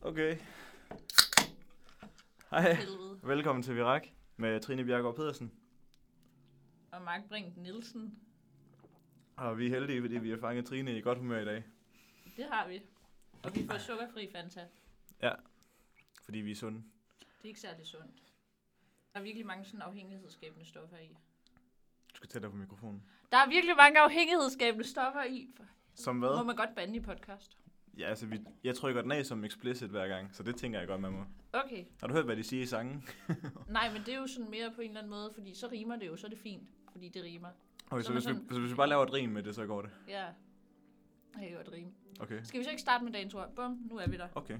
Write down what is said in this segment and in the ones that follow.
Okay. Hej. Helvede. Velkommen til Virak med Trine Bjergård Pedersen. Og Mark Brink Nielsen. Og vi er heldige, fordi vi har fanget Trine i godt humør i dag. Det har vi. Og vi får sukkerfri Fanta. Fordi vi er sunde. Det er ikke særlig sundt. Der er virkelig mange sådan afhængighedsskabende stoffer i. Du skal tættere på mikrofonen. Der er virkelig mange afhængighedsskabende stoffer i. For Som Må hvad? man godt bande i podcast? Ja, altså, vi, jeg trykker den af som explicit hver gang, så det tænker jeg godt, man må. Okay. Har du hørt, hvad de siger i sangen? Nej, men det er jo sådan mere på en eller anden måde, fordi så rimer det jo, så er det fint. Fordi det rimer. Okay, så, Så er hvis, man vi, sådan- så hvis vi bare laver et rim med det, så går det. Ja. Jeg kan godt rime. Okay. Skal vi så ikke starte med dagens ord? Bum, nu er vi der. Okay.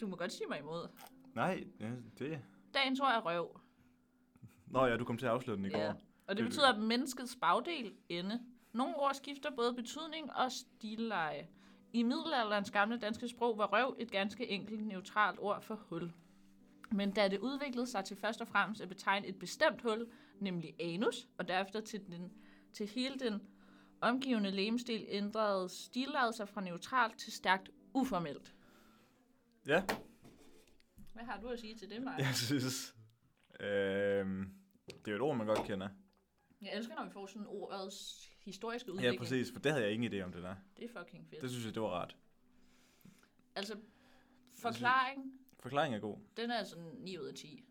Du må godt sige mig imod. Nej, ja, det... Dagens ord er røv. Nå ja, du kom til at afsløre den i går. Og det betyder menneskets bagdel, ende. Nogle ord skifter både betydning og stilleje. I middelalderens gamle danske sprog var røv et ganske enkelt neutralt ord for hul. Men da det udviklede sig til først og fremmest at betegne et bestemt hul, nemlig anus, og derefter til, den, til hele den omgivende lemstil ændrede stillejet sig fra neutralt til stærkt uformelt. Ja, Hvad har du at sige til det, Maja? jeg synes... Øhm, det er jo et ord, man godt kender. Jeg elsker, når vi får sådan ordets historiske udvikling. Ja, præcis, for det havde jeg ingen idé om det der. Det er fucking fedt. Det synes jeg, det var rart. Altså, forklaring, Forklaringen er god. den er sådan 9 ud af 10.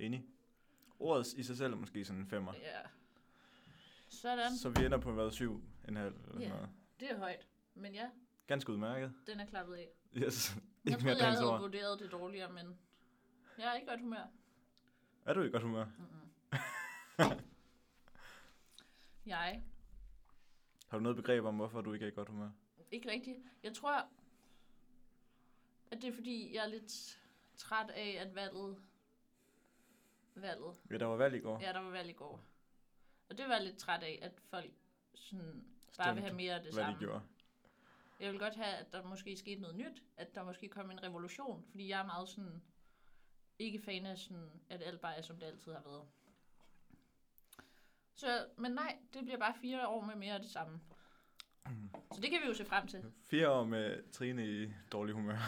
Enig. Ordet i sig selv er måske sådan en femmer. Ja. Sådan. Så vi ender på hvad, syv, en halv eller sådan Ja. noget. Det er højt. Men ja, Ganske udmærket. den er klappet af. Yes. Jeg Ikke mere troede, jeg dagens havde ord. vurderet det dårligere, men jeg er ikke i godt humør. Er du i godt humør? Jeg. Har du noget begreb om, hvorfor du ikke er i godt humør? Ikke rigtigt. Jeg tror, at det er fordi, jeg er lidt træt af, at valget... Valget. Ja, der var valg i går. Ja, der var valg i går. Og det var jeg lidt træt af, at folk sådan bare vil have mere af det hvad samme. de gjorde. Jeg vil godt have, at der måske skete noget nyt, at der måske kom en revolution, fordi jeg er meget sådan, ikke fan af sådan, at alt bare er, som det altid har været. Så, men nej, det bliver bare fire år med mere af det samme. Så det kan vi jo se frem til. Fire år med Trine i dårlig humør.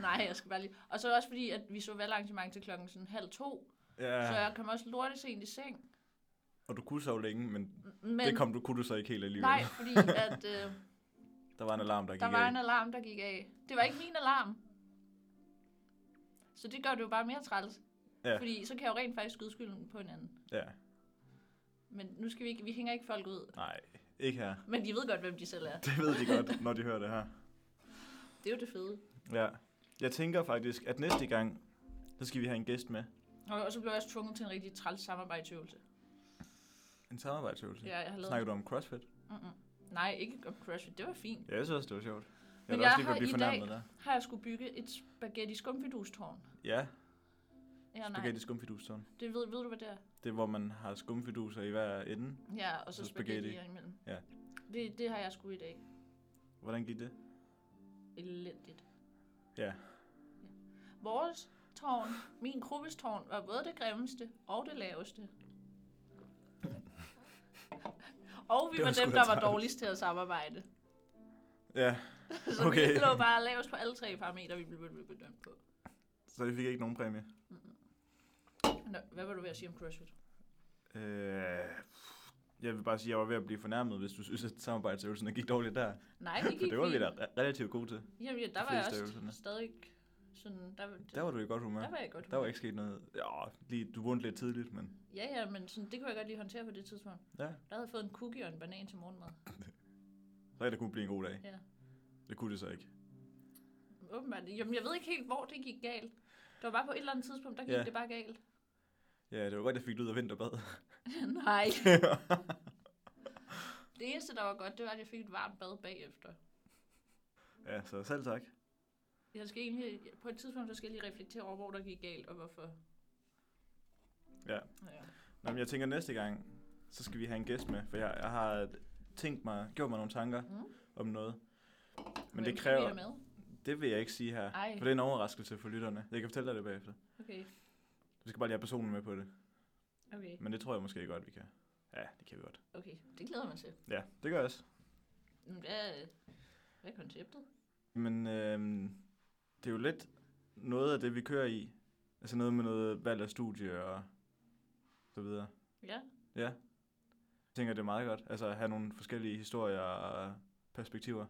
Nej, jeg skal bare lige... Og så også fordi, at vi så valgarrangement til klokken sådan halv to, så ja. jeg kom også lortet sent i seng. Og du kunne sove længe, men, Men men det kom du, kunne du så ikke helt alligevel. nej, fordi at, øh, Der var en alarm, der, der gik var af. en alarm, der gik af. Det var ikke min alarm. Så det gør det jo bare mere træls. Ja. Fordi så kan jeg jo rent faktisk skyde skylden på hinanden. Ja, Men nu skal vi ikke, vi hænger ikke folk ud. nej. Ikke her. Men de ved godt, hvem de selv er. Det ved de godt, når de hører det her. Det er jo det fede. Ja. Jeg tænker faktisk, at næste gang, så skal vi have en gæst med. Og og så blev jeg også tvunget til en rigtig træls samarbejdsøvelse. En samarbejdsøvelse. Ja, jeg har lavet... Snakker du om CrossFit? Nej, ikke om CrossFit. Det var fint. Ja, jeg synes også, det var sjovt. Jeg Men er da også jeg lige ved at har blive i dag- fornærmet der. Har jeg skulle bygge et spaghetti skumfidustårn? Ja, Ja, nej. spaghetti skumfidustårn. Det ved, ved du, hvad det er? Det er, hvor man har skumfiduser i hver ende. Ja, og Så så, så Altså spaghetti. spaghetti, spaghetti imellem. Ja. Det, det har jeg skulle i dag. Hvordan gik det? Elendigt. Ja. Vores tårn, min gruppes tårn, var både det grimmeste og det laveste. og vi Det var, var sgu dem, da der var træls. dårligst til at samarbejde. Ja, Så okay. Okay. vi lå bare lavest på alle tre parametre, vi blev bedømt på. så vi fik ikke nogen præmie. Nå, hvad var du ved at sige om CrossFit? Øh, jeg vil bare sige, at jeg var ved at blive fornærmet, hvis du synes, at samarbejdsøvelsen gik dårligt der. Nej, det For gik det var vi fint. da re- relativt gode til. Jamen, ja, der de var jeg fleste også øvelserne. stadig sådan... Der, Der var du i godt humør. der var jeg i godt Der var humør. ikke sket noget. Ja, lige, du vundt lidt tidligt, men Ja, ja, men sådan, det kunne jeg godt lige håndtere på det tidspunkt. ja, Der havde jeg fået en cookie og en banan til morgenmad. så det kunne blive en god dag. Ja. Det kunne det så ikke. Åbenbart. Jamen, jeg ved ikke helt, hvor det gik galt. Det var bare på et eller andet tidspunkt, der gik Ja. det bare galt. Ja, det var godt, jeg fik det ud af vinterbad. Nej. det eneste, der var godt, det var, at jeg fik et varmt bad bagefter. ja, så selv tak. Jeg skal egentlig, på et tidspunkt, så skal jeg lige reflektere over, hvor der gik galt, og hvorfor. Ja. ja. Nå, men jeg tænker næste gang, så skal vi have en gæst med, for jeg, jeg har tænkt mig, gjort mig nogle tanker Mm. mm. om noget. Men Hvem det skal vi kræver, have med? det vil jeg ikke sige her, Ej. for det er en overraskelse for lytterne. Jeg kan fortælle dig det bagefter. Okay, Vi skal bare lige have personen med på det, okay, men det tror jeg måske godt, vi kan. Ja, det kan vi godt. okay. Det glæder man til. Ja, det gør jeg også. Men Hvad, hvad er konceptet? Men øhm, det er jo lidt noget af det, vi kører i. Altså noget med noget valg af studie og så videre. Ja. Ja. Jeg tænker, det er meget godt. Altså at have nogle forskellige historier og perspektiver,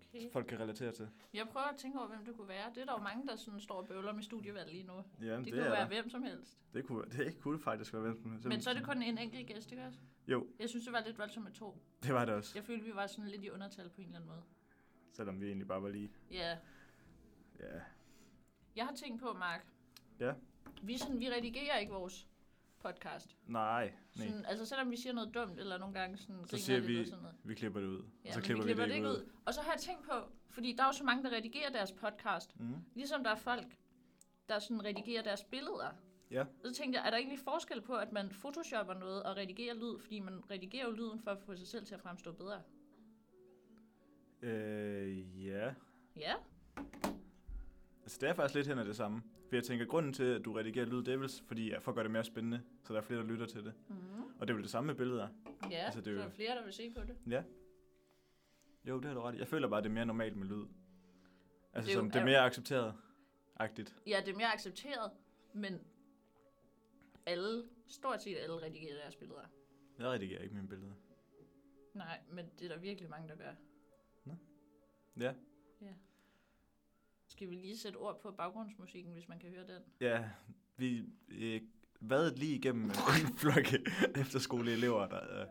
Okay. folk kan relatere til. Jeg prøver at tænke over, hvem det kunne være. Det er der jo mange, der sådan står og bøvler med studievalg lige nu. Jamen, det, det, kunne er være der. hvem som helst. det, kunne, det kunne faktisk være hvem som helst. Men så er det kun en enkelt gæst, ikke også? Jo. Jeg synes, det var lidt voldsomt med to. Det var det også, Jeg følte, vi var sådan lidt i undertal på en eller anden måde. selvom vi egentlig bare var lige. Ja. Ja, Jeg har tænkt på, Mark. Ja. Vi, sådan, vi redigerer ikke vores podcast. nej, nej. Sådan, altså selvom vi siger noget dumt, eller nogle gange sådan, Så griner siger lidt vi- og sådan noget. Vi klipper det ud, Ja, og så men klipper vi vi, klipper det ikke ud. ud. Og så har jeg tænkt på, fordi der er jo så mange, der redigerer deres podcast. Mm. ligesom der er folk, der sådan redigerer deres billeder. Ja. Og så tænkte jeg, er der egentlig forskel på, at man photoshopper noget og redigerer lyd, fordi man redigerer jo lyden for at få sig selv til at fremstå bedre? Øh, ja. Ja, Altså, det er faktisk lidt hen af det samme. For jeg tænker, grunden til, at du redigerer lyd, det er vel, fordi jeg for at gøre det mere spændende, så der er flere, der lytter til det. Mhm. Og det er vel det samme med billeder. ja Altså, altså, det er det så jo- er flere, der vil se på det. Jo, det har du ret i. Jeg føler bare, det er mere normalt med lyd. Altså, Det er det jo- som, det er mere accepteret. Agtigt. Ja, det er mere accepteret, men alle, stort set alle redigerer deres billeder. Jeg redigerer ikke mine billeder. Nej, men det er der virkelig mange, der gør. Nå. Ja. ja. Skal vi lige sætte ord på baggrundsmusikken, hvis man kan høre den? Ja, vi øh, vadede lige igennem øh, en flokke efterskoleelever, der øh,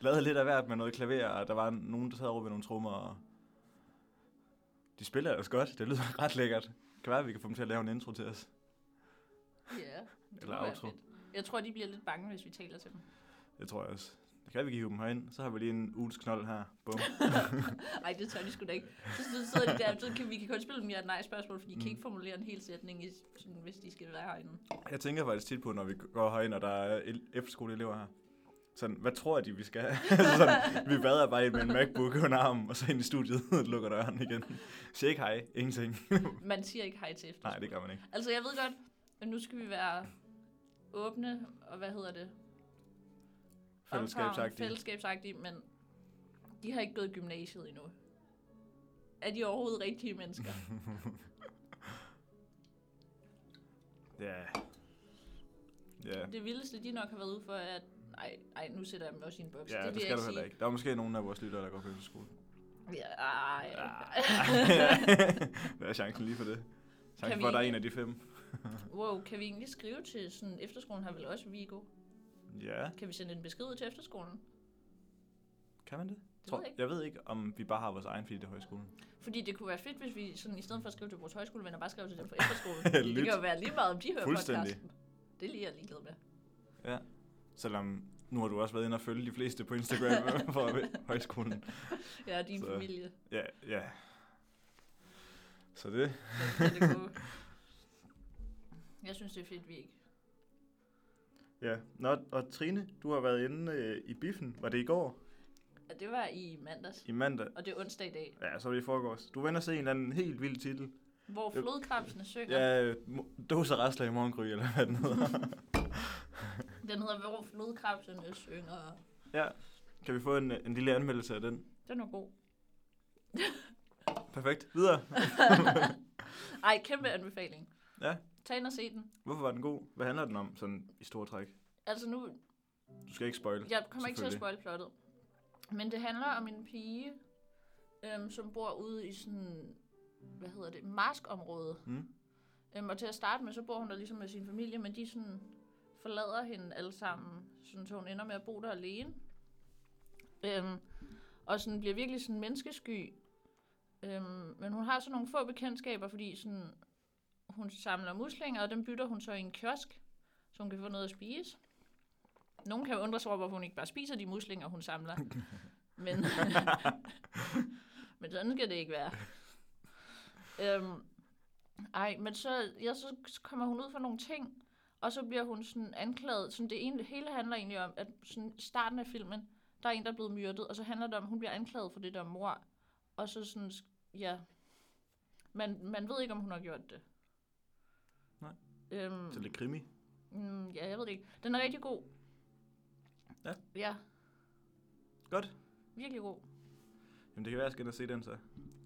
lavede lidt af hvert med noget klaver, og der var nogen, der sad over ved nogle trommer, og de spiller ellers godt. Det lyder ret lækkert. Kan være, at vi kan få dem til at lave en intro til os. Ja. det Eller kunne være outro. fedt. Jeg tror, de bliver lidt bange, hvis vi taler til dem. Det tror jeg også. Det kan være, vi kan hive dem herind. Så har vi lige en ugens knold her. Bum. Nej, det tør de sgu da ikke. Så så sidder de der, så kan vi kan kun spille dem ja nej spørgsmål, for de Mm. kan ikke formulere en hel sætning, i, sådan, hvis de skal være herinde. Jeg tænker faktisk tit på, når vi går herind, og der er el- efterskoleelever her. Sådan, hvad tror de, vi skal altså sådan, vi vader bare ind med en MacBook under armen, og så ind i studiet og lukker døren igen. Siger ikke hej, ingenting. Man siger ikke hej til efter. Nej, det gør man ikke. Altså, jeg ved godt, at nu skal vi være åbne, og hvad hedder det? Omfavn- Fællesskabsagtigt. Fællesskabsagtige, men de har ikke gået i gymnasiet endnu. Er de overhovedet rigtige mennesker? Ja. Ja. det vildeste, de nok har været ude for, er, at nej, nej, nu sætter jeg dem også i en boks. Ja, vil det jeg skal du sige. heller ikke. Der er måske nogen af vores lyttere, der går på efterskole. Ah. Ja, ej, Hvad er chancen lige for det? Kan Chancen vi for, at der er ikke- en af de fem. Wow, kan vi egentlig skrive til sådan, efterskolen har vel også Vigo? Ja, Kan vi sende en besked ud til efterskolen? kan man det? ved Tror, jeg ikke. jeg ved ikke, om vi bare har vores egen, fordi det er højskolen. Fordi det kunne være fedt, hvis vi sådan, i stedet for at skrive til vores højskolevenner, bare skrev til dem på efterskolen. Fordi det Lyt. kan jo være lige meget, om de hører Fuldstændig. podcasten. Det er lige jeg er ligeglad med. Ja. Selvom nu har du også været inde og følge de fleste på Instagram fra højskolen. Ja, og din Så- Så. familie. Ja, ja. Så det. Så det er gode. Jeg synes, det er fedt, vi ikke. Ja. Nå, og Trine, du har været inde øh, i biffen. Var det i går? Og det var i mandags, I mandag? og det er onsdag i dag, Ja, så var det i forgårs. Du var inde og se en eller anden helt vild titel. hvor Jo. flodkrebsene synger. Ja, øh, mo- dåser rasler i morgengry, eller hvad den hedder. Den hedder, hvor flodkrebsene synger. ja. Kan vi få en, en lille anmeldelse af den? Den er god. Perfekt. Videre. Ej, kæmpe anbefaling. Ja. Tag ind og se den. Hvorfor var den god? Hvad handler den om, sådan i store træk? Altså nu, Du skal ikke spoil. Jeg kommer ikke til at spoil Selvfølgelig. plottet. Men det handler om en pige, øhm, som bor ude i sådan, hvad hedder det, marskområde. Mm. Øhm, og til at starte med, så bor hun der ligesom med sin familie, men de sådan forlader hende alle sammen, sådan, så hun ender med at bo der alene. Øhm, og sådan bliver virkelig sådan menneskesky. Øhm, men hun har så nogle få bekendtskaber, fordi sådan, hun samler muslinger, og dem bytter hun så i en kiosk, så hun kan få noget at spise. Nogen kan jo undre sig over, hvorfor hun ikke bare spiser de muslinger, hun samler. Men, men sådan skal det ikke være. Øhm, ej, men så, ja, så kommer hun ud for nogle ting, og så bliver hun sådan anklaget. Sådan det ene, det hele handler egentlig om, at sådan starten af filmen, der er en, der er blevet myrdet, og så handler det om, at hun bliver anklaget for det der mor. Og så sådan, ja, man, man ved ikke, om hun har gjort det. Nej. Øhm, Så lidt krimi. Mm, ja, jeg ved det ikke. Den er rigtig god. Ja. Ja, Godt. virkelig god. Jamen det kan være, at jeg skal ind og se den så.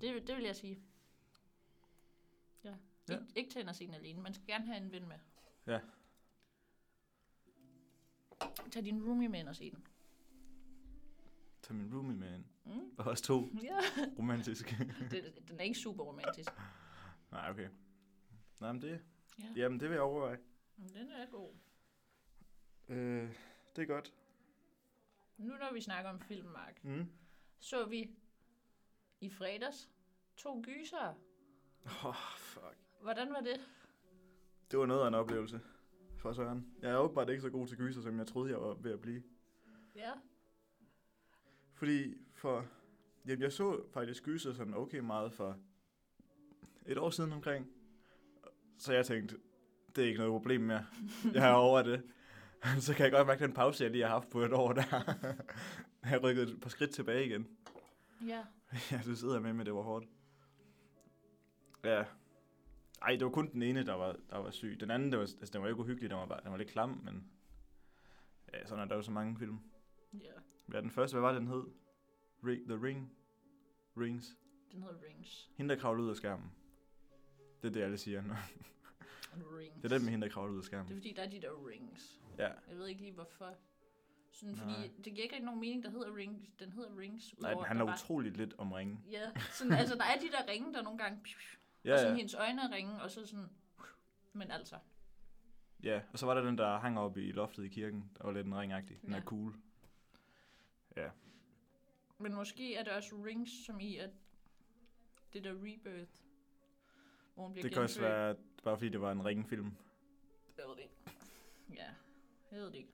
Det, det vil jeg sige. Ja. Ikke, ikke tænder scenen alene. Man skal gerne have en ven med. Ja. Tag din roomie med ind og se den. Tag min roomie med ind. Mm. Og også to Ja. romantiske. Den, den er ikke super romantisk. Nej, okay. Nej, men det, Ja. jamen, det vil jeg overveje. Men Mm, Den er god. Øh, det er godt. Nu når vi snakker om film, Mark, Mm. så vi i fredags to gyser. Åh, oh, fuck. Hvordan var det? Det var noget af en oplevelse. For søren. Jeg er åbenbart ikke så god til gyser, som jeg troede, jeg var ved at blive. Ja. Fordi for... Jamen, jeg så faktisk gyser sådan okay meget for et år siden omkring. Så jeg tænkte, det er ikke noget problem mere. Jeg er over det. Så kan jeg godt mærke den pause, jeg lige har haft på et år der. Jeg har rykket et par skridt tilbage igen. Ja. Ja, det sidder jeg med, men det var hårdt. Ja. Ej, det var kun den ene, der var, der var syg. Den anden, der var, altså, den var ikke uhyggelig, den var, bare, den var lidt klam, men... Ja, sådan er der jo så mange film. Ja. Ja, den første, hvad var det, den hed? Ring, The Ring? Rings. Den hedder Rings. Hende, der kravlede ud af skærmen. Det er det, alle siger. Rings. det er den med hende, der kravlede ud af Det er skærmen. fordi, der er de der rings. Ja. Jeg ved ikke lige hvorfor. Sådan, Nej. fordi det giver ikke rigtig nogen mening, der hedder rings. Den hedder rings. Nej, udover, den at handler der bare- utroligt lidt om ringen. Ja, sådan, altså der er de der ringe, der nogle gange... Piu, Ja, og sådan ja. hendes øjne er ringe, og så sådan... Men altså, ja, og så var der den, der hang oppe i loftet i kirken. Der var lidt en ringagtig. Den Ja. er cool. men måske er det også rings, som i, at det der rebirth, hvor hun bliver Det kan også genfødt. være, bare fordi det var en ringfilm. Jeg ved det ikke. Ja, jeg ved det ikke.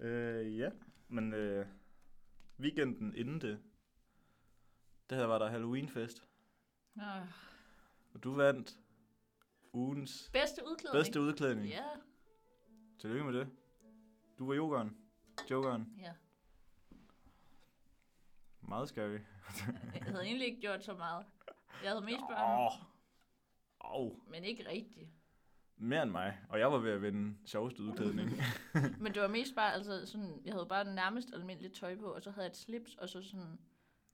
Øh, ja, men øh, weekenden inden det, det her var der Halloweenfest, Nå, og du vandt ugens bedste udklædning. bedste udklædning. Ja, Tillykke med det. Du var jokeren. Jokeren. ja. Meget scary. Jeg havde egentlig ikke gjort så meget. Jeg havde mest børn, Åh, oh, men ikke rigtigt. mere end mig, og jeg var ved at vinde sjoveste udklædning. Men det var mest bare, altså sådan, jeg havde bare nærmest almindeligt tøj på, og så havde jeg et slips, og så sådan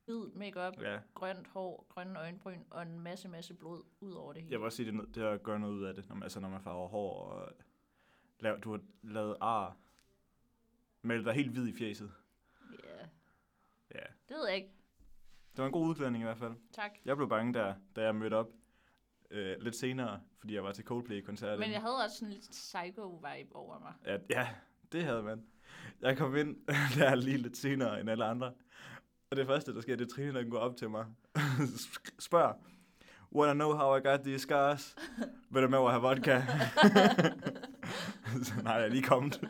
hvid makeup, ja, grønt hår, grønne øjenbryn, og en masse, masse blod ud over det hele. jeg vil også sige, det er nød- det er at gøre noget ud af det, når man, altså når man farver hår og laver, du har lavet ar. Meld dig helt hvid i fjeset. Ja, Ja, det ved jeg ikke. det var en god udklædning i hvert fald. Tak. Jeg blev bange, da, da jeg mødte op øh, lidt senere, fordi jeg var til Coldplay-koncert. Men jeg havde også sådan lidt psycho-vibe over mig. ja, ja, det havde man. Jeg kom ind der lige lidt senere end alle andre. Og det første, der sker, det er Trine, der går op til mig. Spørg. Wanna know how I got these scars? Vil du med over at have vodka? Så, Nej, jeg er lige kommet.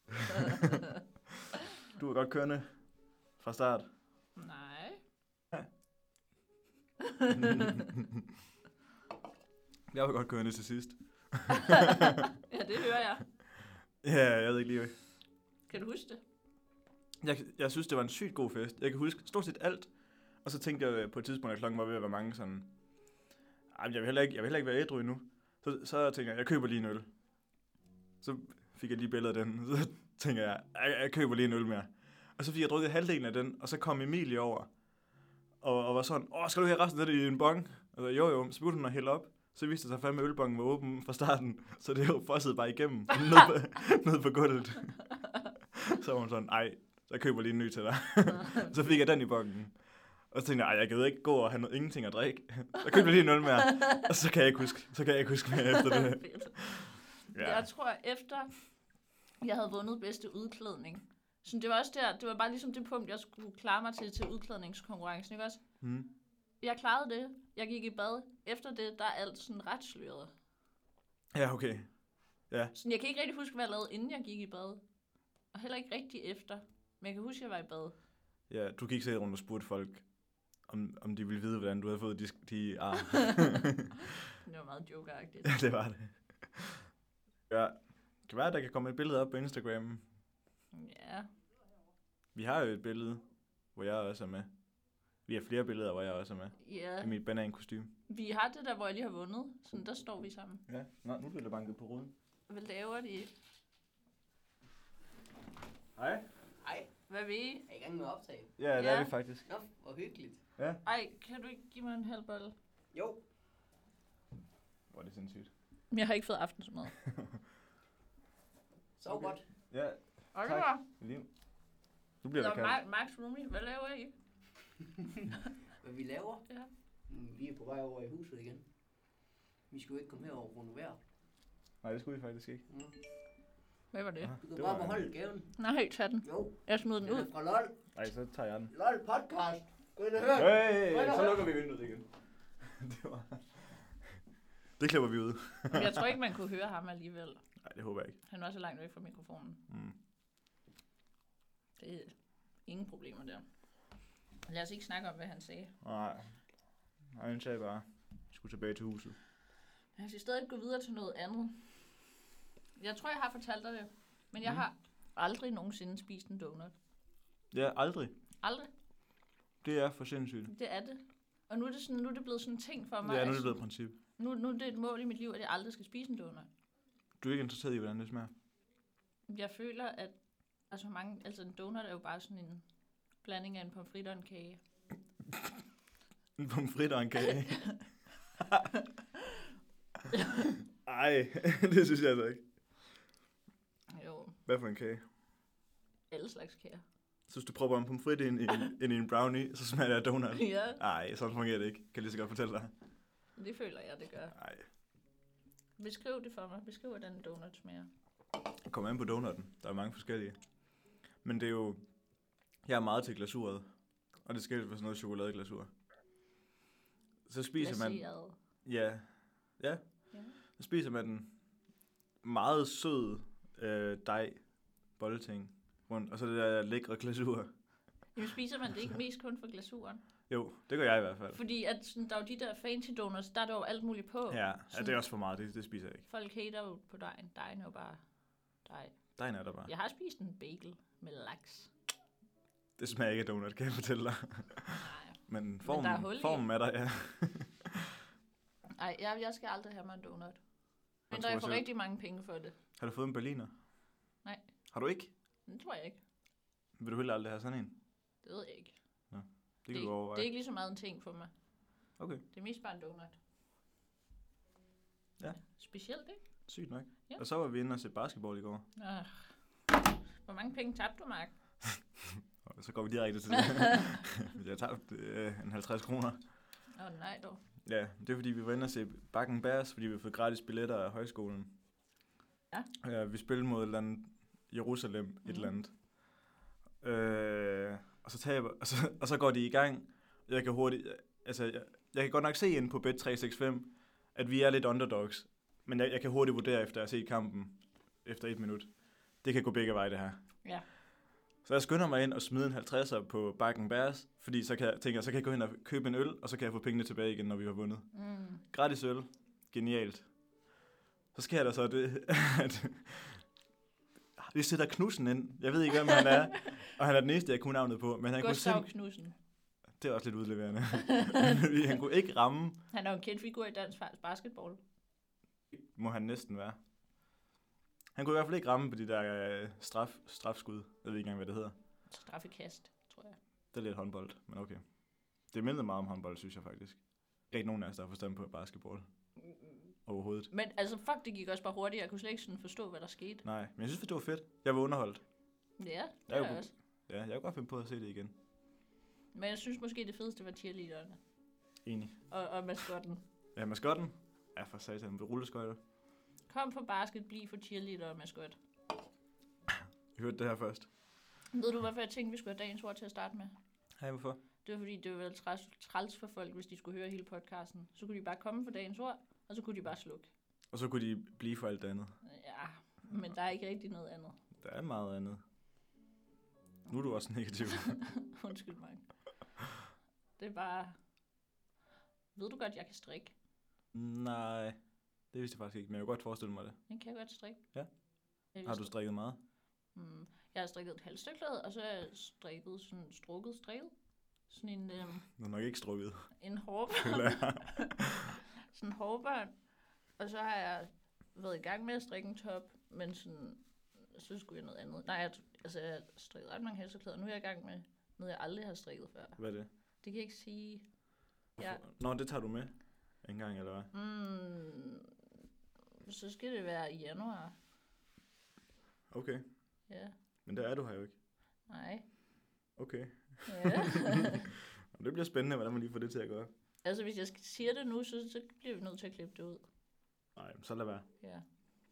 du er godt kørende fra start. Nej. Jeg var godt kørende til sidst. ja, det hører jeg. Ja, jeg ved ikke lige, Kan du huske det? Jeg, jeg synes, det var en sygt god fest. Jeg kan huske stort set alt. Og så tænkte jeg øh, på et tidspunkt, at klokken var ved at være mange sådan... Ej, men jeg vil heller ikke, jeg vil heller ikke være ædru endnu. Så, så tænker jeg, jeg køber lige en øl. Så fik jeg lige billedet af den. Så tænker jeg, jeg, jeg køber lige en øl mere. Og så fik jeg drukket halvdelen af den, og så kom Emilie over. Og, og var sådan, åh, skal du have resten af det i en bong? Og så, jo jo, så begyndte hun at hælde op. Så viste det sig fandme, at ølbongen var åben fra starten. Så det jo fossede bare igennem, ned på, ned på gulvet. så var hun sådan, ej, så jeg køber lige en ny til dig. så fik jeg den i bongen. Og så tænkte jeg, "Ej, jeg gider ikke gå og have noget, ingenting at drikke. så købte jeg lige en øl mere. Og så kan jeg ikke huske, så kan jeg ikke huske mere efter det. Fedt. Ja. Ja. Jeg tror, efter jeg havde vundet bedste udklædning, så det var også der, det var bare ligesom det punkt, jeg skulle klare mig til, til udklædningskonkurrencen, ikke også? Hmm. Jeg klarede det. Jeg gik i bad. Efter det, der er alt sådan ret sløret. ja, okay. Sådan, jeg kan ikke rigtig huske, hvad jeg lavede, inden jeg gik i bad. Og heller ikke rigtig efter. Men jeg kan huske, at jeg var i bad. Ja, du gik selv rundt og spurgte folk, om, om de ville vide, hvordan du havde fået de, de ar. Det var meget jokeragtigt. ja, det var det. Ja, kan være, at der kan komme et billede op på Instagram. Ja. Vi har jo et billede, hvor jeg også er med. Vi har flere billeder, hvor jeg også er med. Ja. I mit banankostyme. Vi har det der, hvor jeg lige har vundet. Sådan, der står vi sammen. Ja, Nå, nu bliver der banket på ruden. Hvad laver de? Hej. Ej. Hvad ved I? Er I gang med at optage? Ja, det Ja. er vi faktisk. Nå, hvor hyggeligt. Ej, kan du ikke give mig en halv bolle? Jo. Hvor er det sindssygt. Jeg har ikke fået aftensmad. Sov Okay. okay. godt. Ja, Oliver, Liv. Du bliver Nå, da kaldt. Ma- Max Rooney, hvad laver I? Hvad vi laver? Ja. Mm, Vi er på vej over i huset igen. Vi skulle ikke komme herover og renovere. Nej, det skulle vi faktisk ikke. Mm. Hvad var det? Du kan bare beholde gaven. Nej, tag den. Jo, Jeg smed den den ud. er fra LOL. Nej, så tager jeg den. LOL podcast. Gå ind og hør. den. Hey, Hey, så hey. lukker vi vinduet igen. det var... Det klipper vi ud. Men Jeg tror ikke, man kunne høre ham alligevel. Nej, det håber jeg ikke. Han var så langt væk fra mikrofonen. Mm. Det er ingen problemer der. Lad os ikke snakke om, hvad han sagde. Nej. Nej, han sagde bare, jeg skulle tilbage til huset. Lad os i stedet gå videre til noget andet. Jeg tror, jeg har fortalt dig det. Men jeg Mm. har aldrig nogensinde spist en donut. Ja, aldrig. Aldrig. Det er for sindssygt. Det er det. Og nu er det, sådan, nu er det blevet sådan en ting for mig. Ja, at nu er det blevet et sådan- princip. nu, nu er det et mål i mit liv, at jeg aldrig skal spise en donut. Du er ikke interesseret i, hvordan det smager. Jeg føler, at altså mange, altså en donut er jo bare sådan en blanding af en pomfrit og en kage. En pomfrit og en kage. Ej, det synes jeg altså ikke. Jo, Hvad for en kage? alle slags kager. Så hvis du prøver en pomfrit ind i en, ind i en brownie, så smager det af donut. ja, Ej, sådan fungerer det ikke. Kan jeg lige så godt fortælle dig. det føler jeg, det gør. Ej, Beskriv det for mig. Beskriv, hvordan en donut smager. kom an på donutten. Der er mange forskellige. Men det er jo... Jeg er meget til glasuret. Og det skal helst være sådan noget chokoladeglasur. Så spiser man... Glaseret. Ja. Ja. Ja. Så spiser man den meget sød øh, dej, bolleting rundt. Og så det der lækre glasur. Jamen, spiser man det ikke mest kun for glasuren? Jo, det gør jeg i hvert fald. Fordi at, sådan, der er jo de der fancy donuts, der er der jo alt muligt på. Ja, ja det er også for meget. Det, det spiser jeg ikke. Folk hater jo på dejen. Dejen er jo bare dej. Dejen er der bare. Jeg har spist en bagel med laks. Det smager ikke af donut, kan jeg fortælle dig. Nej. Men der er formen, hul i. formen er der, ja. Ej, jeg, jeg skal aldrig have mig en donut. Men tror der jeg får selv- rigtig mange penge for det. Har du fået en berliner? Nej. Har du ikke? Det tror jeg ikke. Vil du heller aldrig have sådan en? Det ved jeg ikke. Det, Det kan er du ikke- overveje. det er ikke lige så meget en ting for mig. Okay. Det er mest bare en donut. Ja. Specielt, ikke? Sygt nok. Ja. Og så var vi inde og se basketball i går. Ah. Hvor mange penge tabte du, Mark? Og så går vi direkte til det. jeg tabte øh, en 50 kroner. Åh oh, nej dog. Ja, det er fordi, vi var inde og se Bakken Bears, fordi vi har fået gratis billetter af højskolen. Ja. ja vi spillede mod et eller andet Jerusalem, mm. et eller andet. Øh, og, så taber, og, så, og så går de i gang. Jeg kan hurtigt, altså, jeg, jeg kan godt nok se ind på Bet365, at vi er lidt underdogs. Men jeg, jeg kan hurtigt vurdere, efter at have set kampen, efter et minut. Det kan gå begge veje, det her. Ja. Så jeg skynder mig ind og smider en 50'er på Bakken Bears, fordi så kan jeg, tænker, jeg, så kan jeg gå hen og købe en øl, og så kan jeg få pengene tilbage igen, når vi har vundet. Mm. Gratis øl. Genialt. Så sker der så det, at vi sætter Knudsen ind. Jeg ved ikke, hvem han er, og han er den eneste, jeg kunne navnet på, men han kunne Gustav simpelthen... Knudsen. Det er også lidt udleverende. Fordi han kunne ikke ramme, Han er jo en kendt figur i dansk basketball. må han næsten være. Han kunne i hvert fald ikke ramme på de der øh, straf, strafskud. Jeg ved ikke engang, hvad det hedder. Straffekast, tror jeg. Det er lidt håndbold, men okay. Det mindede meget om håndbold, synes jeg faktisk. Der er ikke nogen af os, der har forstand på basketball. Overhovedet. Men altså, fuck, det gik også bare hurtigt. Jeg kunne slet ikke sådan forstå, hvad der skete. Nej, men jeg synes, det var fedt. Jeg var underholdt. Ja, det Jeg er er jo- også. Ja, jeg kunne godt finde på at se det igen. Men jeg synes måske, det fedeste var cheerleaderne. Enig. Og, og maskotten. Ja, maskotten. Ja, for satan, med rulleskøjter. Kom for basket, bliv for cheerleader og maskot. Jeg hørte det her først. Ved du, hvorfor jeg tænkte, vi skulle have dagens ord til at starte med? Hej, hvorfor? Det var fordi, det var træls, træls for folk, hvis de skulle høre hele podcasten. Så kunne de bare komme for dagens ord, og så kunne de bare slukke. Og så kunne de blive for alt det andet. Ja, men der er ikke rigtig noget andet. Der er meget andet. Nu er du også negativ. Undskyld mig. Det er bare... Ved du godt, jeg kan strikke? Nej, det vidste jeg faktisk ikke, men jeg kunne godt forestille mig det. Jeg kan godt strikke. Ja. Jeg Har du strikket meget? Mm, jeg har strikket et halvstørklæde, og så har jeg strikket sådan strukket strikket. Sådan en, øhm, Du har nok ikke strukket. en hårbånd. sådan en hårbånd. Og så har jeg været i gang med at strikke en top, men sådan, så skulle jeg noget andet. Nej, jeg, Altså, jeg har strikket ret mange halserklæder. Nu er jeg i gang med noget, jeg aldrig har strikket før. Hvad er det? Det kan jeg ikke sige. Ja. Nå, det tager du med en gang, eller hvad? Mm, så skal det være i januar. Okay, Ja. men der er du her jo ikke. Nej. Okay, Ja. og det bliver spændende, hvordan man lige får det til at gøre. altså, hvis jeg sk- siger det nu, så, så bliver vi nødt til at klippe det ud. Nej, så lad være. Ja.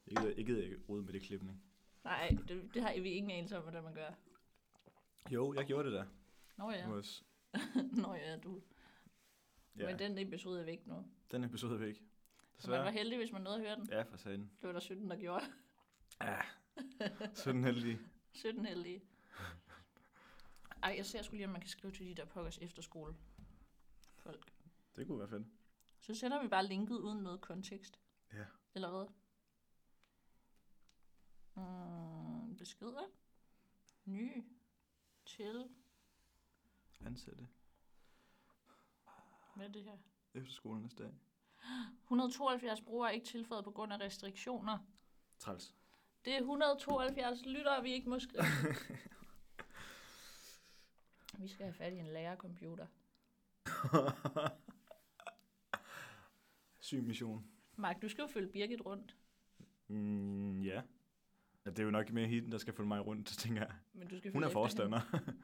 Jeg gider, jeg gider ikke rode med det klipning. Nej, det, det har vi ingen anelse om, hvordan man gør. Jo, jeg gjorde det da. Nå ja. Hos, Nå ja, du. ja, Ja. Men den episode er væk nu. den episode er væk. Så man var Desværre. heldig, hvis man nåede at høre den. Ja, for satan. Det var der 17, der gjorde. Ja, sådan heldig. 17 heldige. E. Ej, jeg ser sgu lige, om man kan skrive til de der pokkers efterskole. Folk. Det kunne være fedt. Så sender vi bare linket uden noget kontekst. Ja. Eller hvad? Mm, beskeder. Ny. Til. Ansatte. Hvad er det her? Efterskolens dag. 172 brugere er ikke tilføjet på grund af restriktioner. Træls. Det er 172 lyttere, vi ikke må skrive. vi skal have fat i en lærercomputer. Syg mission. Mark, du skal jo følge Birgit rundt. Mm, ja. ja. Det er jo nok mere hende, der skal følge mig rundt, tænker jeg. Men du skal Hun følge er efter hende. forstander.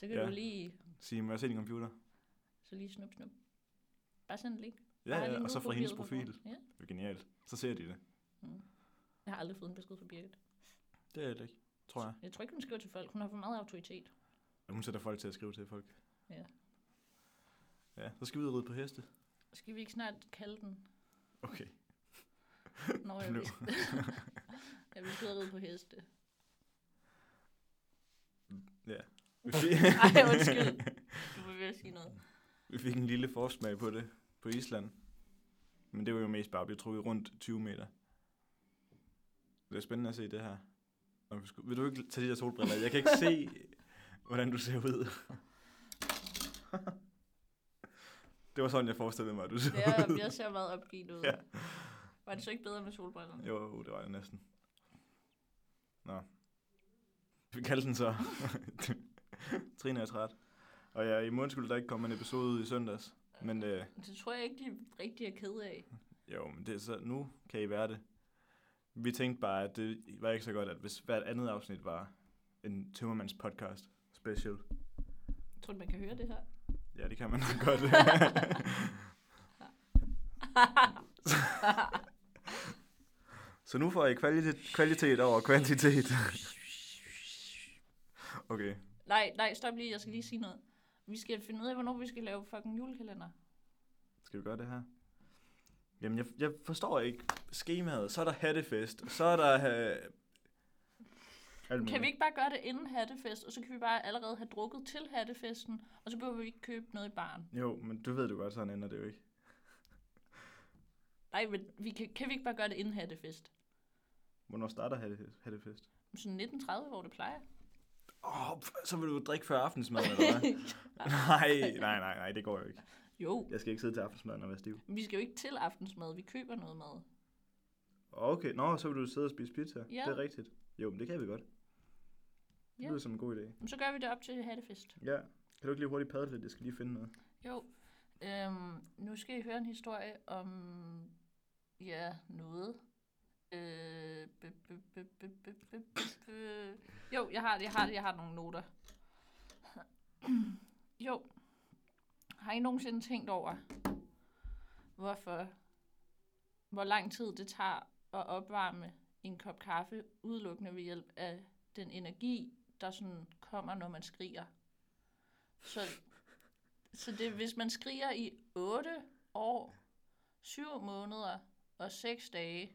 Så kan Ja. ja. du lige, Sige, må jeg se din computer? så lige snup, snup. Bare send en link. Bare Ja, link ja, og ud så på fra hendes Birgit på profil. forhånd. Ja. Det er genialt. Så ser de det. Jeg har aldrig fået en besked fra Birgit. Det er det ikke, tror jeg. Jeg tror ikke, hun skriver til folk. Hun har for meget autoritet. Ja, Hun sætter folk til at skrive til folk. Ja. Ja, så skal vi ud og ride på heste. Skal vi ikke snart kalde den? Okay. Nå, jeg Blev. vidste. jeg vil sidde og ride på heste. Vi fik, Ej, undskyld. Du var ved at sige noget. vi fik en lille forsmag på det på Island. Men det var jo mest bare at blive trukket rundt 20 meter. Det er spændende at se det her. Nå, vi skulle- Vil du ikke tage de der solbriller? af? Jeg kan ikke se, hvordan du ser ud. det var sådan, jeg forestillede mig, at du så Det er, ud. jeg ser meget opgivet ud. Ja. Var det så ikke bedre med solbrillerne? Jo, det var det næsten. Nå. Vi kalder den så. Trine er træt. Og ja, i morgen skulle der ikke komme en episode ud i søndags. Men øh, Det tror jeg ikke, de rigtig er kede af. jo, men det er så, nu kan I være det. Vi tænkte bare, at det var ikke så godt, at hvis hvert andet afsnit var en Tømmermans podcast special. Tror du, man kan høre det her? Ja, det kan man nok godt. så nu får I kvalitet, kvalitet over kvantitet. okay. Nej, nej, stop lige. Jeg skal lige sige noget. Vi skal finde ud af, hvornår vi skal lave fucking julekalender. Skal vi gøre det her? Jamen, jeg, jeg forstår ikke skemaet. Så er der hattefest, så er der... Øh, alt Kan muligt. vi ikke bare gøre det inden hattefest, og så kan vi bare allerede have drukket til hattefesten, og så behøver vi ikke købe noget i baren. Jo, men du ved du godt, sådan ender det jo ikke. Nej, men vi kan, kan vi ikke bare gøre det inden hattefest? Hvornår starter hatte- hattefest? Sådan 19.30, hvor det plejer. Åh, oh, så vil du drikke før aftensmad, eller hvad? nej, nej, nej, nej, det går jo ikke. jo, Jeg skal ikke sidde til aftensmaden og være stiv. vi skal jo ikke til aftensmad, vi køber noget mad. Okay, nå, så vil du sidde og spise pizza. Ja. Det er rigtigt. Jo, men det kan vi godt. Det Ja. lyder som en god idé. Men så gør vi det op til hattefest. Ja. Kan du ikke lige hurtigt padle lidt? Jeg skal lige finde noget. Jo, øhm, nu skal I høre en historie om, ja, noget. Øh, b- b- b- b- b- b- b- b- Jo, jeg har det, jeg har det, jeg har nogle noter. Jo, har I nogensinde tænkt over, hvorfor, hvor lang tid det tager at opvarme en kop kaffe udelukkende ved hjælp af den energi, der sådan kommer, når man skriger? Så så det, hvis man skriger i 8 år, 7 måneder og 6 dage,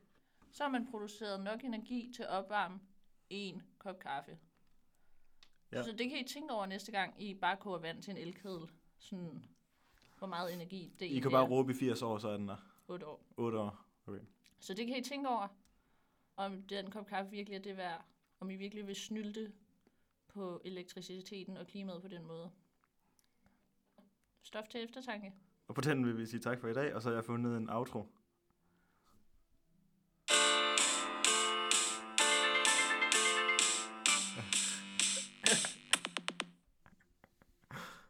så har man produceret nok energi til at opvarme en kop kaffe. Ja. Ja. Så det kan I tænke over næste gang, I bare koger vand til en elkedel. Sådan, hvor meget energi det I kan bare råbe i 80 år, så er den der. 8 år. 8 år. Så det kan I tænke over, om den kop kaffe virkelig er det værd. Om I virkelig vil snylte på elektriciteten og klimaet på den måde. Stof til eftertanke. Og på den vil vi sige tak for i dag, og så har jeg fundet en outro.